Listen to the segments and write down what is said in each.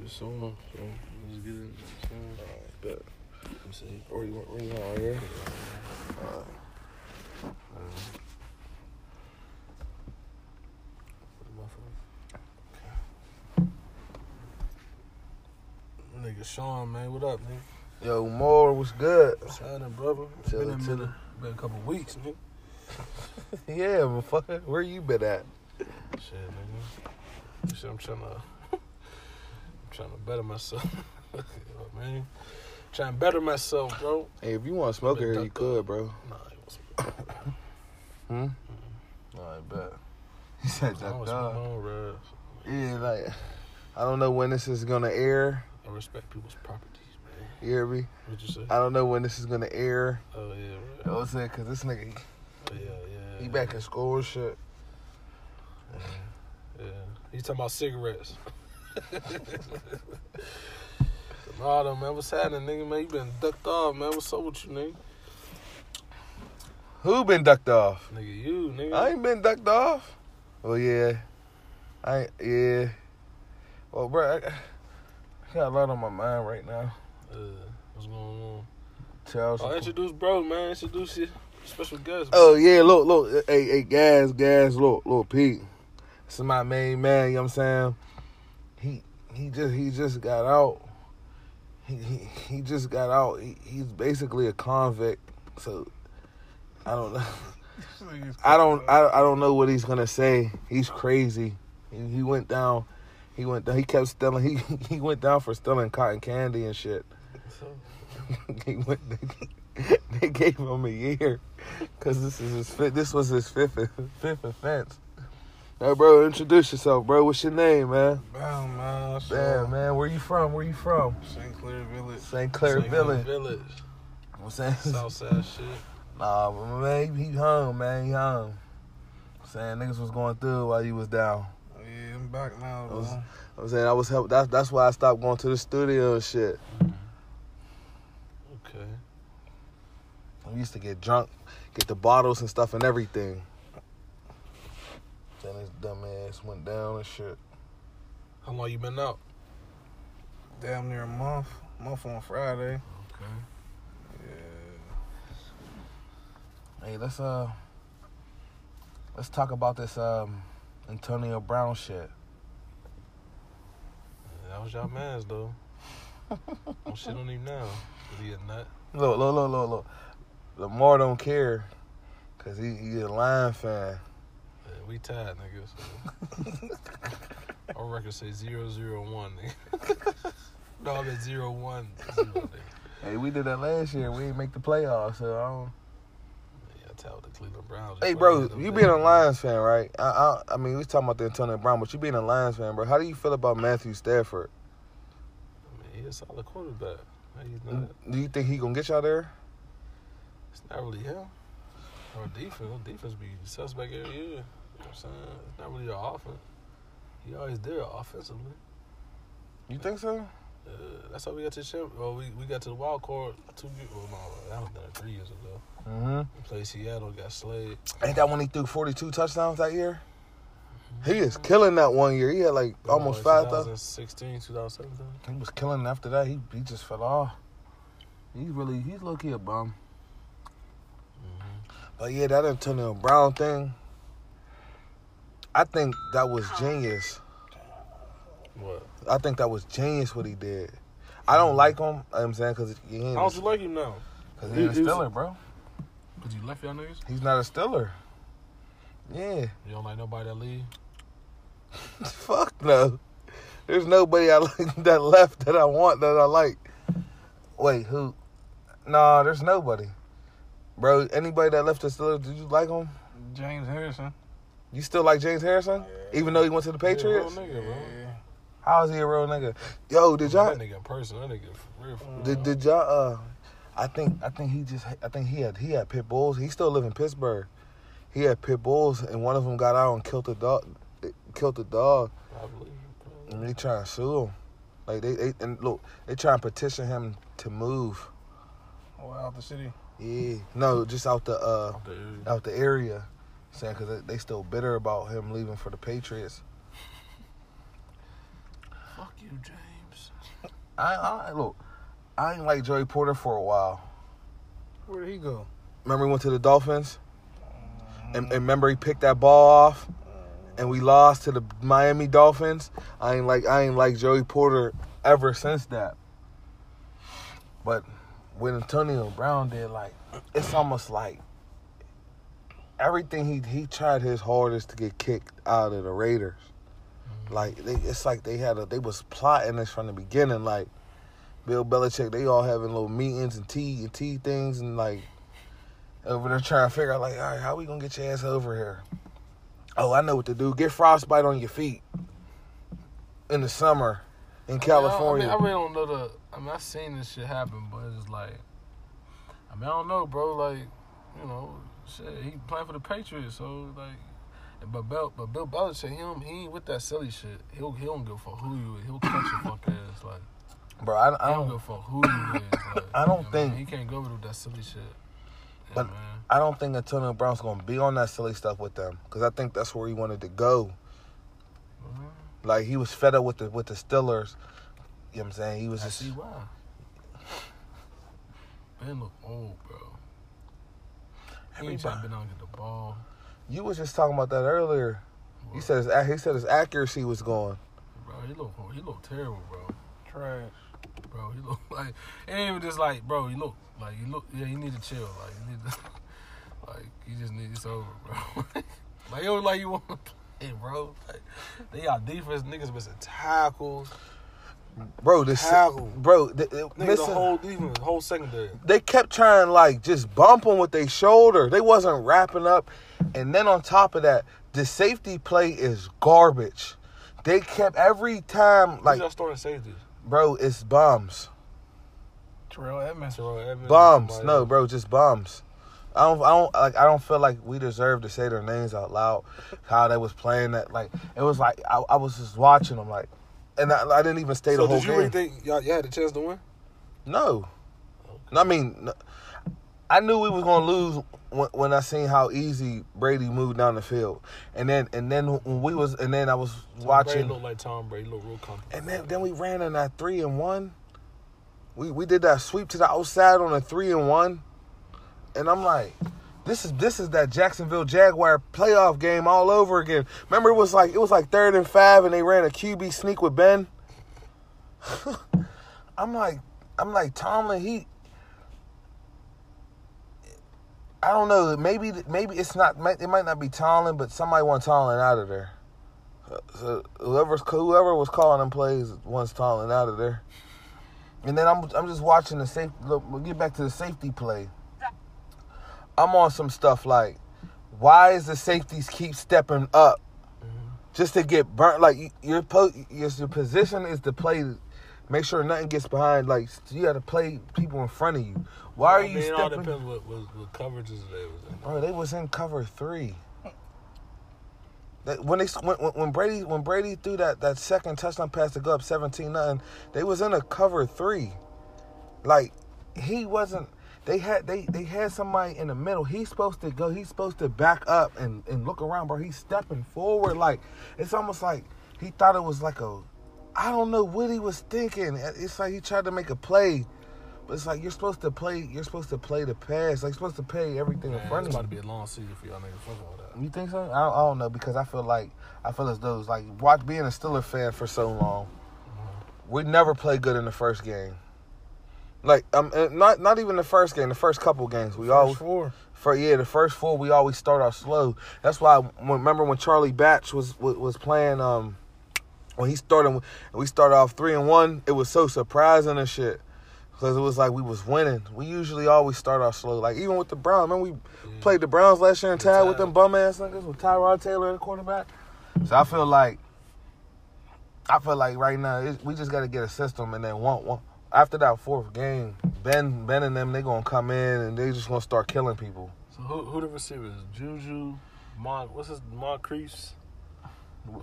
this song, so let's get into the song. Alright, bet. Let me see. Or you want, or you want all here? Alright. Uh, my phone. Nigga Sean, man, what up, nigga? Yo, more was good. What's happening, brother? It's Chillin', been, a minute. chillin'. been a couple weeks, nigga. yeah, motherfucker. Where you been at? Shit, nigga. You see, I'm trying to, I'm trying to better myself, You know, man. Trying to better myself, bro. Hey, if you want to smoke Been here, ducked you could, up. bro. Nah, it was, Hmm? I bet. He I said was my duck own ride. Yeah, like, I don't know when this is going to air. I respect people's properties, man. You hear me? What'd you say? I don't know when this is going to air. oh yeah, You right. Oh, know what I'm saying? Because this nigga, he- yeah, yeah. he, back in school and shit. Yeah, he's talking about cigarettes. All them, man. What's happening, nigga? Man, you been ducked off, man. What's up with you, nigga? Who been ducked off? Nigga, you, nigga. I ain't been ducked off. Well, yeah. I ain't- yeah. Well, bro, I, I got a lot on my mind right now. Uh, what's going on? Charles. Oh, introduce bro, man. Introduce your special guest. Oh yeah, look, look, hey, hey, guys, guys, look, look, Pete. This is my main man. You know what I'm saying? He he just he just got out. He he, he just got out. He, he's basically a convict. So I don't know. I don't I, I don't know what he's gonna say. He's crazy. He, he went down. He went down. He kept stealing. He he went down for stealing cotton candy and shit. So, they, went, they, they gave him a year because this is his fifth, this was his fifth fifth offense. Hey, bro, introduce yourself, bro. What's your name, man? Damn, man. So, Damn, man. Where you from? Where you from? St. Clair Village. St. Clair St. Clair Village. Village. I'm saying, Southside shit. nah, but man, he- he home, man. He home. I'm saying niggas was going through while you was down. Oh, yeah, I'm back now, I though. was, I'm saying I was help. That's that's why I stopped going to the studio and shit. Okay. We used to get drunk, get the bottles and stuff and everything. Then his dumb ass went down and shit. How long you been out? Damn near a month. Month on Friday. Okay. Yeah. Hey, let's uh, let's talk about this um, Antonio Brown shit. That was y'all man's though. Don't shit on him now. Is he a nut? Look, look, look, look, look. Lamar don't care, cause he he a Lion fan. Yeah, we tied, nigga. So. Our record say zero zero one. Nigga. no, I'm at zero one zero. Nigga. Hey, we did that last year. We didn't make the playoffs, so I don't. Yeah, I tied with the Cleveland Browns. Hey, bro, you being a Lions fan, right? I, I I mean, we was talking about the Antonio Brown, but you being a Lions fan, bro. How do you feel about Matthew Stafford? I mean, he's a solid quarterback. No, He's not. Do you think he gonna get y'all there? It's not really him. Our defense, our defense be suspect every year. You know what I'm saying? It's not really our offense. He always there offensively. You think so? Uh, that's how we got to the champ. Well, we, we got to the wild card two years. Well, no, that was done three years ago. Mm-hmm. We played Seattle, got slayed. Ain't that when he threw 42 touchdowns that year? He is killing that one year. He had like almost five thousand. 2016, 2017. He was killing after that. He he just fell off. He's really he's low key a bum. Mm-hmm. But yeah, that Antonio Brown thing. I think that was genius. What? I think that was genius what he did. I don't like him. you know what I'm saying because he ain't, How do you like him now? 'cause he ain't a He- he's- Steeler, bro. Cause you left y'all niggas. He's not a Steeler. Yeah. You don't like nobody that leave. Fuck no. There's nobody I like that left that I want that I like. Wait, who? Nah, there's nobody. Bro, anybody that left the Steelers, did you like him? James Harrison. You still like James Harrison? Even though he went to the He a real Patriots? nigga, bro. How is he a real nigga? Yo, did y'all That nigga in person. That nigga for real. For real. did, did y'all uh I think I think he just I think he had he had pit bulls. He still live in Pittsburgh. He had pit bulls and one of them got out and killed the dog killed the dog. Probably. probably. And they trying to sue him. Like they, they and look, they trying to petition him to move. Oh, out the city. Yeah, no, just out the uh Out the area. out the area, saying because they, they still bitter about him leaving for the Patriots. Fuck you, you, James. I, I look. I ain't like Joey Porter for a while. Where'd he go? Remember he went to the Dolphins, and, and remember he picked that ball off, and we lost to the Miami Dolphins. I ain't like I ain't like Joey Porter ever since that. But when Antonio Brown did, like it's almost like everything he he tried his hardest to get kicked out of the Raiders. Mm-hmm. Like they, it's like they had a they was plotting this from the beginning. Like Bill Belichick, they all having little meetings and tea and tea things and like over there trying to figure out like, all right, how we gonna get your ass over here? Oh, I know what to do. Get frostbite on your feet in the summer in California. I, mean, I really don't know the. I mean, I seen this shit happen, but it's like, I mean, I don't know, bro. Like, you know, shit, he playing for the Patriots, so like, but Bill, but Bill Belichick, he don't, he ain't with that silly shit. He'll he don't give a fuck who you is. He'll cut your fuck ass. Like, Bro, I, I I don't give don't a fuck who you is. Like, I don't you know, think- man, he can't go with that silly shit. Yeah, But- man. I don't think Antonio Brown's gonna be on that silly stuff with them because I think that's where he wanted to go. Mhm. Like he was fed up with the with the Steelers. You know what I'm saying? He was I just see why. Ben look old, bro. He ain't trying to Everybody- been out and get the ball. you was just talking about that earlier. He said his, ac- he said his accuracy was gone. bro, he look he look terrible, bro. Trash. bro. He look like it ain't even just like, bro. You look like you look. Yeah, you need to chill. Like you need to, like you just need it's over, bro. like it was like you want to play, bro. Like they got defense niggas missing tackles. Bro, this Tackle. bro, th- th- Niggas listen, the whole defense, whole secondary. they kept trying like just bump him with their shoulder. They wasn't wrapping up, and then on top of that, the safety play is garbage. They kept every time Like like Who's our starting safety? bro, it's bums. Terrell Edmonds. Terrell Edmonds. Bums. somebody No, else. bro, just bums. I don't, I don't like. I don't feel like we deserve to say their names out loud. How they was playing that, like it was like I, I was just watching them, like, and I, I didn't even stay the So whole did you game. really think y'all, y'all had a chance to win? no, I mean, no. I knew we was gonna lose when, when I seen how easy Brady moved down the field, and then and then when we was and then I was Brady watching, look like Tom Brady. Look real comfortable. and then then we ran in that three and one. We we did that sweep to the outside on a three and one, and I'm like, this is this is that Jacksonville Jaguar playoff game all over again. Remember, it was like it was like third and five, and they ran a QB sneak with Ben. I'm like, I'm like Tomlin. He, I don't know. Maybe maybe it's not. might- It might not be Tomlin, but somebody want Tomlin out of there. So whoever's whoever was calling them plays wants Tomlin out of there. And then I'm I'm just watching the safe. Look, we'll get back to the safety play. I'm on some stuff like, why is the safeties keep stepping up just to get burnt? Like you- your po- your, your position is to play, make sure nothing gets behind. Like you got to play people in front of you. Why are I mean, you It all stepping? depends what, what, what coverages they was in. Bro, they was in cover three. That- When they when, when- when Brady when Brady threw that, that second touchdown pass to go up seventeen nothing, they was in a cover three. Like he wasn't. They had they they had somebody in the middle. He's supposed to go. He's supposed to back up and and look around, bro. He's stepping forward. Like it's almost like he thought it was like a. I don't know what he was thinking. It's like he tried to make a play, but it's like you're supposed to play. You're supposed to play the pass. Like you're supposed to play everything in Man, front it's of you. about to be a long season for y'all niggas football. That. You think so? I don't, I don't know because I feel like I feel as though it's like watch being a Steeler fan for so long, we never play good in the first game. Like um, uh, not not even the first game, the first couple games we always four. for yeah the first four we always start off slow. That's why I w- remember when Charlie Batch was was, was playing um when he started and we started off three and one it was so surprising and shit because it was like we was winning. We usually always start off slow. Like even with the Browns, man, we Yeah. played the Browns last year and tied with tied. them bum ass niggas with Tyrod Taylor at quarterback. So I feel like I feel like right now it, we just got to get a system and then one one after that fourth game, Ben Ben and them they gonna come in and they just gonna start killing people. So who who the receivers? Juju, Mon what's his Moncrief's?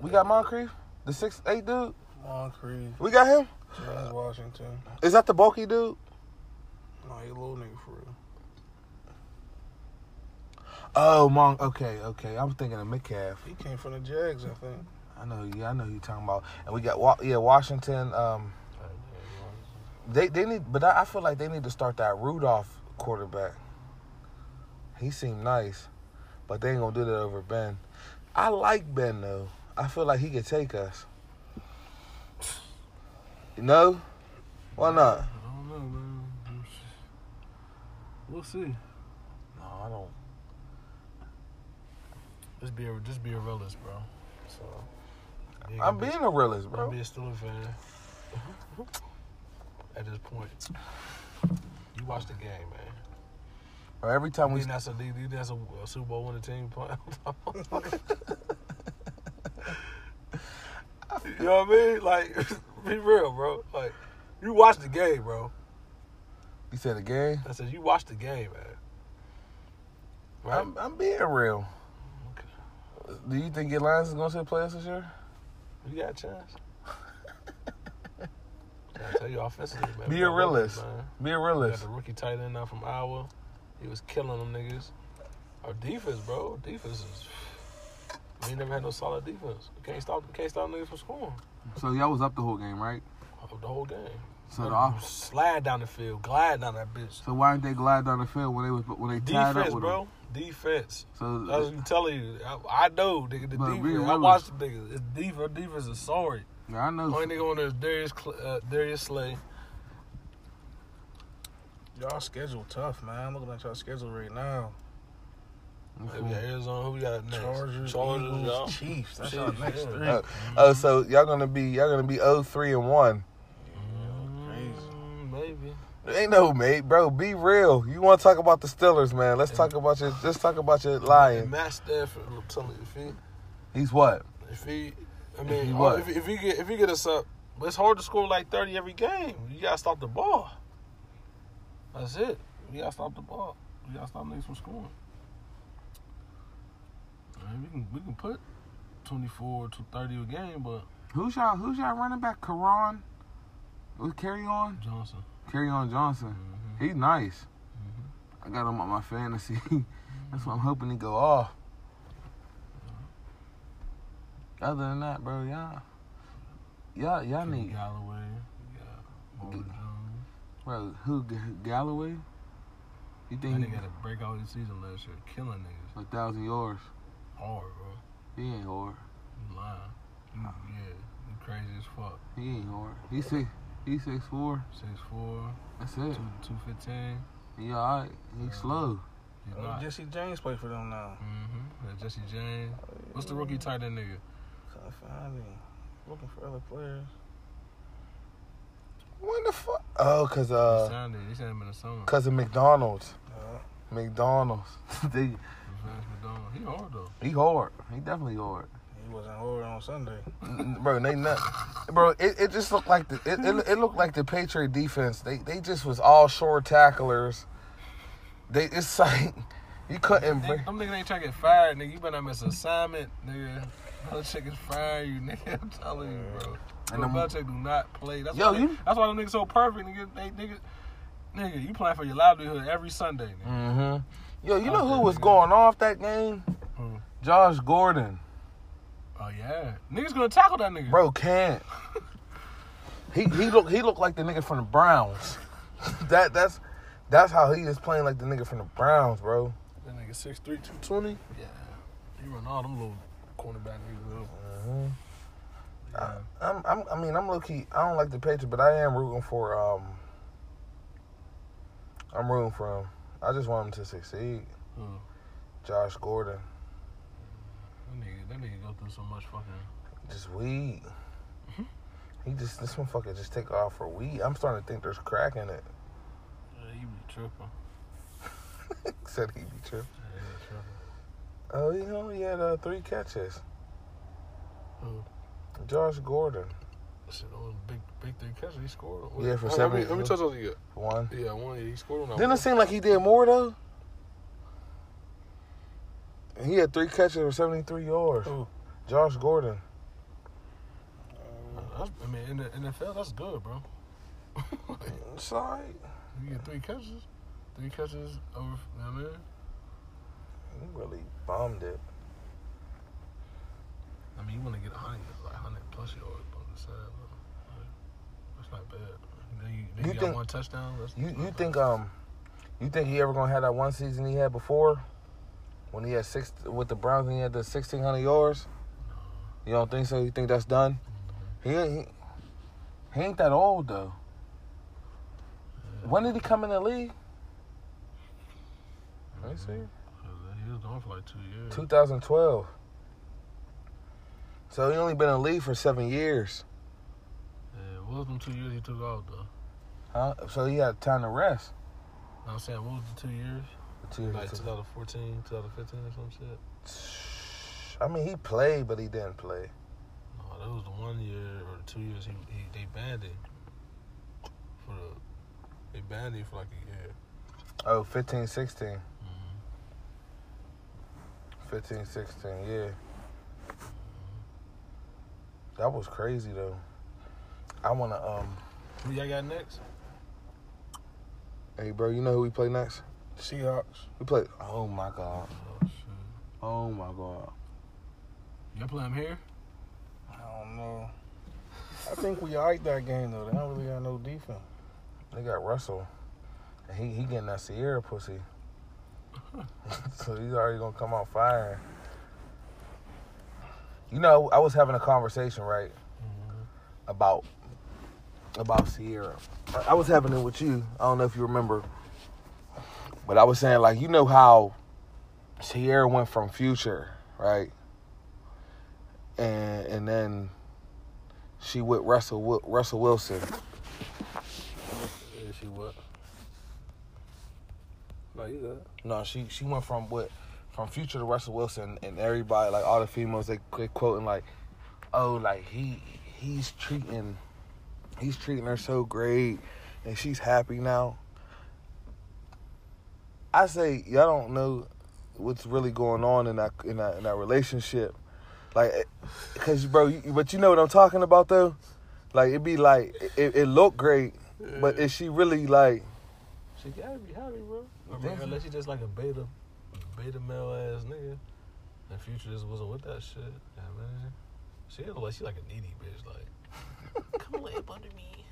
We got Moncrief, the six eight dude. Moncrief. We got him. Uh, James Washington. Is that the bulky dude? No, he a little nigga for real. Oh, Mon. Okay, okay. I'm thinking of McCaff. He came from the Jags, I think. I know. Yeah, I know who you talking about. And we got Wa- yeah, Washington. Um, they they need, but I, I feel like they need to start that Rudolph quarterback. He seemed nice, but they ain't gonna do that over Ben. I like Ben though. I feel like he could take us. No, why not? I don't know, man. We'll see. No, I don't. Just be a, just be a realist, bro. So you I'm can be- being a realist, you can bro. be a Steeler fan. At this point, you watch the game, man. Or every time We we that's a you think that's a, a Super Bowl winning team playing. you know what I mean? Like, be real, bro. Like, you watch the game, bro. you said a game, I said you watch the game, man. Right? I'm, I'm being real. Do you think your Lions is going to the playoffs this year? You got a chance. I tell you offensively, man. Be we a got rookies, realist. man. Be a We got realist. the rookie tight end now from Iowa. He was killing them niggas. Our defense, bro. Defense is. We ain't never had no solid defense. We can't stop. We can't stop niggas from scoring. So y'all was up the whole game, right? The whole game. So Them the off. Slide down the field, glide down that bitch. So why didn't they glide down the field when they was when they tied Defense, up with bro. Defense. them? So uh, I'm telling you, I, I know, nigga. The But be defense. I real. watched the niggas. It's defense. Defense is sorry. yeah, I know. Only nigga on there is Darius, Cl- uh, Darius Slay. Y'all schedule tough, man. I'm looking at y'all schedule right now. We got Arizona. Who we got next? Chargers, Eagles, y'all. Chiefs. That's y'all Chiefs, next yeah. three. Uh, oh, so y'all gonna be y'all gonna be oh three and one. Crazy. Mm, Maybe. Ain't no mate, bro. Be real. You want to talk about the Steelers, man? Let's talk about your. Let's talk about your And Lions. Matt Stafford, I'm telling you, if he, He's what? if he, I If he mean, oh, what? if, if he get, if he get us up, but it's hard to score like thirty every game. You gotta stop the ball. That's it. You gotta stop the ball. You gotta stop niggas from scoring. I mean, we can we can put twenty four to thirty a game, but Who's y'all? Who's y'all running back? Karan? Who's carry on? Johnson. Carry on Johnson. He's nice. I got him on my fantasy. That's why I'm hoping he go off. Other than that, bro, y'all, y'all, y'all Kenny need Galloway. You got Marvin Get- Jones. bro. Who G- Galloway? You That think he nigga had a breakout season last year, killing niggas a thousand yards? hard, bro. He ain't hard. You lying? You, yeah, you crazy as fuck. He ain't hard. He six. He six four. Six four, That's it. two two fifteen. He alright. He slow. He's Oh, not. Jesse James played for them now. Mm-hmm. Jesse James. What's the rookie tight end nigga? Couldn't find him. Looking for other players. When the fuck? Oh, cause He uh, signed it. He signed him in the summer. cause of McDonald's. Uh, McDonald's. they Vance McDonald. He hard though. he hard. He definitely hard. he wasn't hard on Sunday. Mm, bro, they not. Bro, it, it just looked like the it, it, it looked like the Patriot defense. They they just was all short tacklers. They it's like you couldn't. Nigga, bring- Them niggas ain't trying to get fired, nigga. You better not miss an assignment, nigga. Belichick is firing you, nigga. I'm telling you, bro. And And them- Belichick do not play. That's Yo, why they, you- that's why them niggas so perfect, nigga. They nigga nigga, you playing for your livelihood every Sunday, nigga. Mhm. Yo, you know Out who there, was nigga. going off that game? Who? Josh Gordon. Oh yeah. Niggas gonna tackle that nigga. Bro can't. He he look he look like the nigga from the Browns. that that's that's how he is playing like the nigga from the Browns, bro. That nigga 6'3", 220? Yeah. You run all them little cornerback niggas up. Mhm. Yeah. I'm, I'm I mean I'm low key. I don't like the Patriots, but I am rooting for um. I'm rooting for him. I just want him to succeed. Who? Josh Gordon, That nigga, that nigga go through so much fucking. just weed. He just this motherfucker just take off for weed. I'm starting to think there's crack in it. Yeah, you be tripping. Said he be tripping. Yeah, you be tripping. Oh, you know he had uh, three catches. Who? Josh Gordon. Shit, that was a big, big three catch. He scored. on- Yeah, for How- how seven- many- How many touchdowns he got? One. Yeah, one. He scored on that. Didn't it one. seem like he did more though? He had three catches for seventy three yards. Who? Josh Gordon. That's, I mean, in the NFL, that's good, bro. Sorry. You get three catches, three catches over. You know what I mean, He really bombed it. I mean, you want to get 100, like 100 plus yards, but I'm saying, like, that's not bad. Then you, then You you, got think- one touchdown. That's You that's you not think bad. um, you think he ever gonna have that one season he had before, when he had six with the Browns and he had the sixteen hundred yards? You don't think so? You think that's done? He ain't- he, he ain't that old though. When did he come in the league? Let me see. He was gone for like two years. 2012. So he only been in the league for seven years, Yeah, what was them two years he took off though? huh? So he had time to rest. Know what I'm saying, what was the two years? Two- Like 2014, 2015 or some shit. I mean, he played, but he didn't play. No, that was the one year or the two years he, he they banned him for the they banned him for like a year. Oh, 15, 16. Mm-hmm. 15, 16, yeah. That was crazy though. I wanna um Who y'all got next? hey bro, you know who we play next? Seahawks. We play Oh my god. Oh shit! Oh my god. Y'all play him here? I don't know. I think we alright that game though. They don't really got no defense. They got Russell. And he he getting that Sierra pussy. so he's already gonna come out firing. You know, I was having a conversation, right? Mm-hmm. about about Sierra. I- I was having it with you. I don't know if you remember, but I was saying like you know how Sierra went from Future, right? And and then she with Russell Wil- Russell Wilson. Yeah, she what? No, you good. No, she she went from what from Future to Russell Wilson, and everybody like all the females they quit quoting like, oh like he he's treating he's treating her so great, and she's happy now. I say y'all don't know what's really going on in that in that, in that relationship, like, eh, cause bro, you, but you know what I'm talking about though, like it be like it, it look great, but is she really like? She gotta be happy, bro. I mean, think so? unless she just like a beta, beta male ass nigga. And future just wasn't with that shit. Yeah, man. She look like she like a needy bitch. Like, come lay up under me.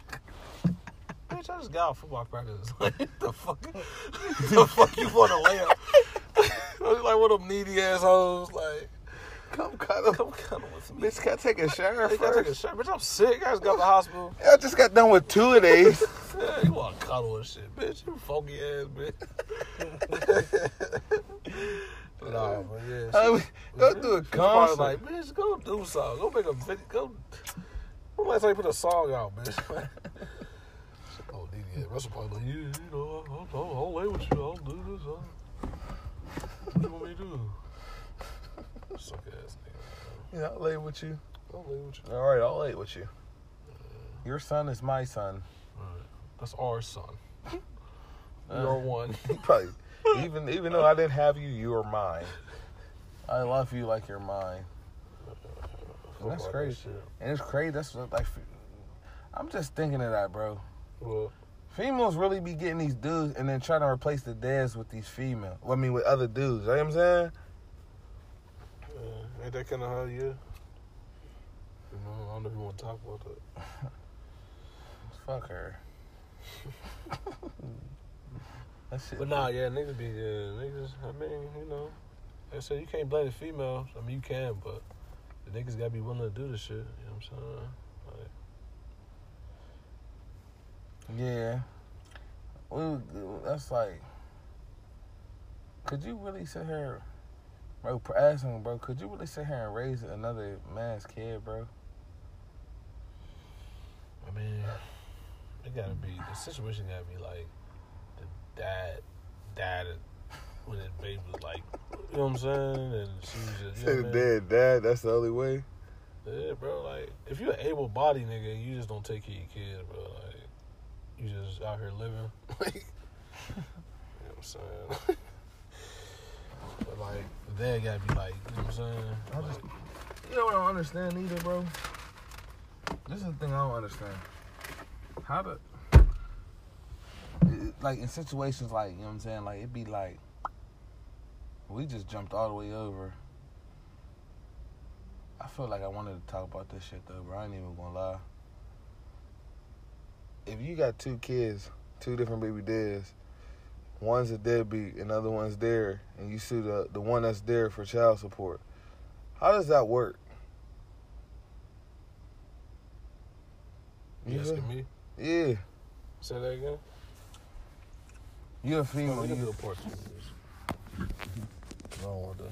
Bitch, I just got out football practice. Like, the fuck, the fuck you want to lay up? like one of them needy assholes. Like, Come cuddle, come cuddle with me. bitch. Can I take a shower Bitch, I first? took a shot. Bitch, I'm sick. I just got to the hospital. I just got done with two of these. Yeah, you want to cuddle and shit, bitch. You funky ass bitch. no, but yeah. I she- mean, Uh, go do a she probably concert. like, bitch, go do something. Go make a video. Go. When last time you put a song out, bitch? oh, yeah. Russell probably like, yeah, you know, I'll, I'll, I'll lay with you. I'll do this. I'll... What you want me to do? Suck ass nigga. yeah, I'll lay with you. I'll lay with you. All right, I'll lay with you. Your son is my son. Alright, That's our son. Uh. You're one. You probably, even even though I didn't have you, you are mine. I love you like you're mine. And that's Fuck all that crazy. shit. And it's crazy. That's what, like, I'm just thinking of that, bro. Well, Females really be getting these dudes and then trying to replace the dads with these female. I mean, with other dudes. You know what I'm saying? uh, ain't that kind of how you? You know, I don't know if you want to talk about that. Fuck her. that shit. But nah, yeah, niggas be, yeah, niggas, I mean, you know. Like I said, you can't blame the females. I mean, you can, but the niggas gotta be willing to do this shit. You know what I'm saying? Yeah. Well, that's like, could you really sit here, bro? Ask him, bro. Could you really sit here and raise another man's kid, bro? I mean, it gotta be, the situation gotta be like the dad, dad, when his baby was like, you know what I'm saying? And she was just, you know what I mean? dad. That's the only way. Yeah, bro. Like, if you're an able body nigga, you just don't take care of your kids, bro. Like, you just out here living. Like, you know what I'm saying? but, like, they gotta be like, you know what I'm saying? I Like, just- You know what I don't understand either, bro. This is the thing I don't understand. How the It- like in situations like you know what I'm saying, like it'd be like we just jumped all the way over. I feel like I wanted to talk about this shit though, bro. I ain't even gonna lie. If you got two kids, two different baby dads, one's a deadbeat, another one's there, and you sue the the one that's there for child support, how does that work? You You feel- asking me? Yeah, Say that again? you a No, female. we can do You, a part two. of this. I don't want to.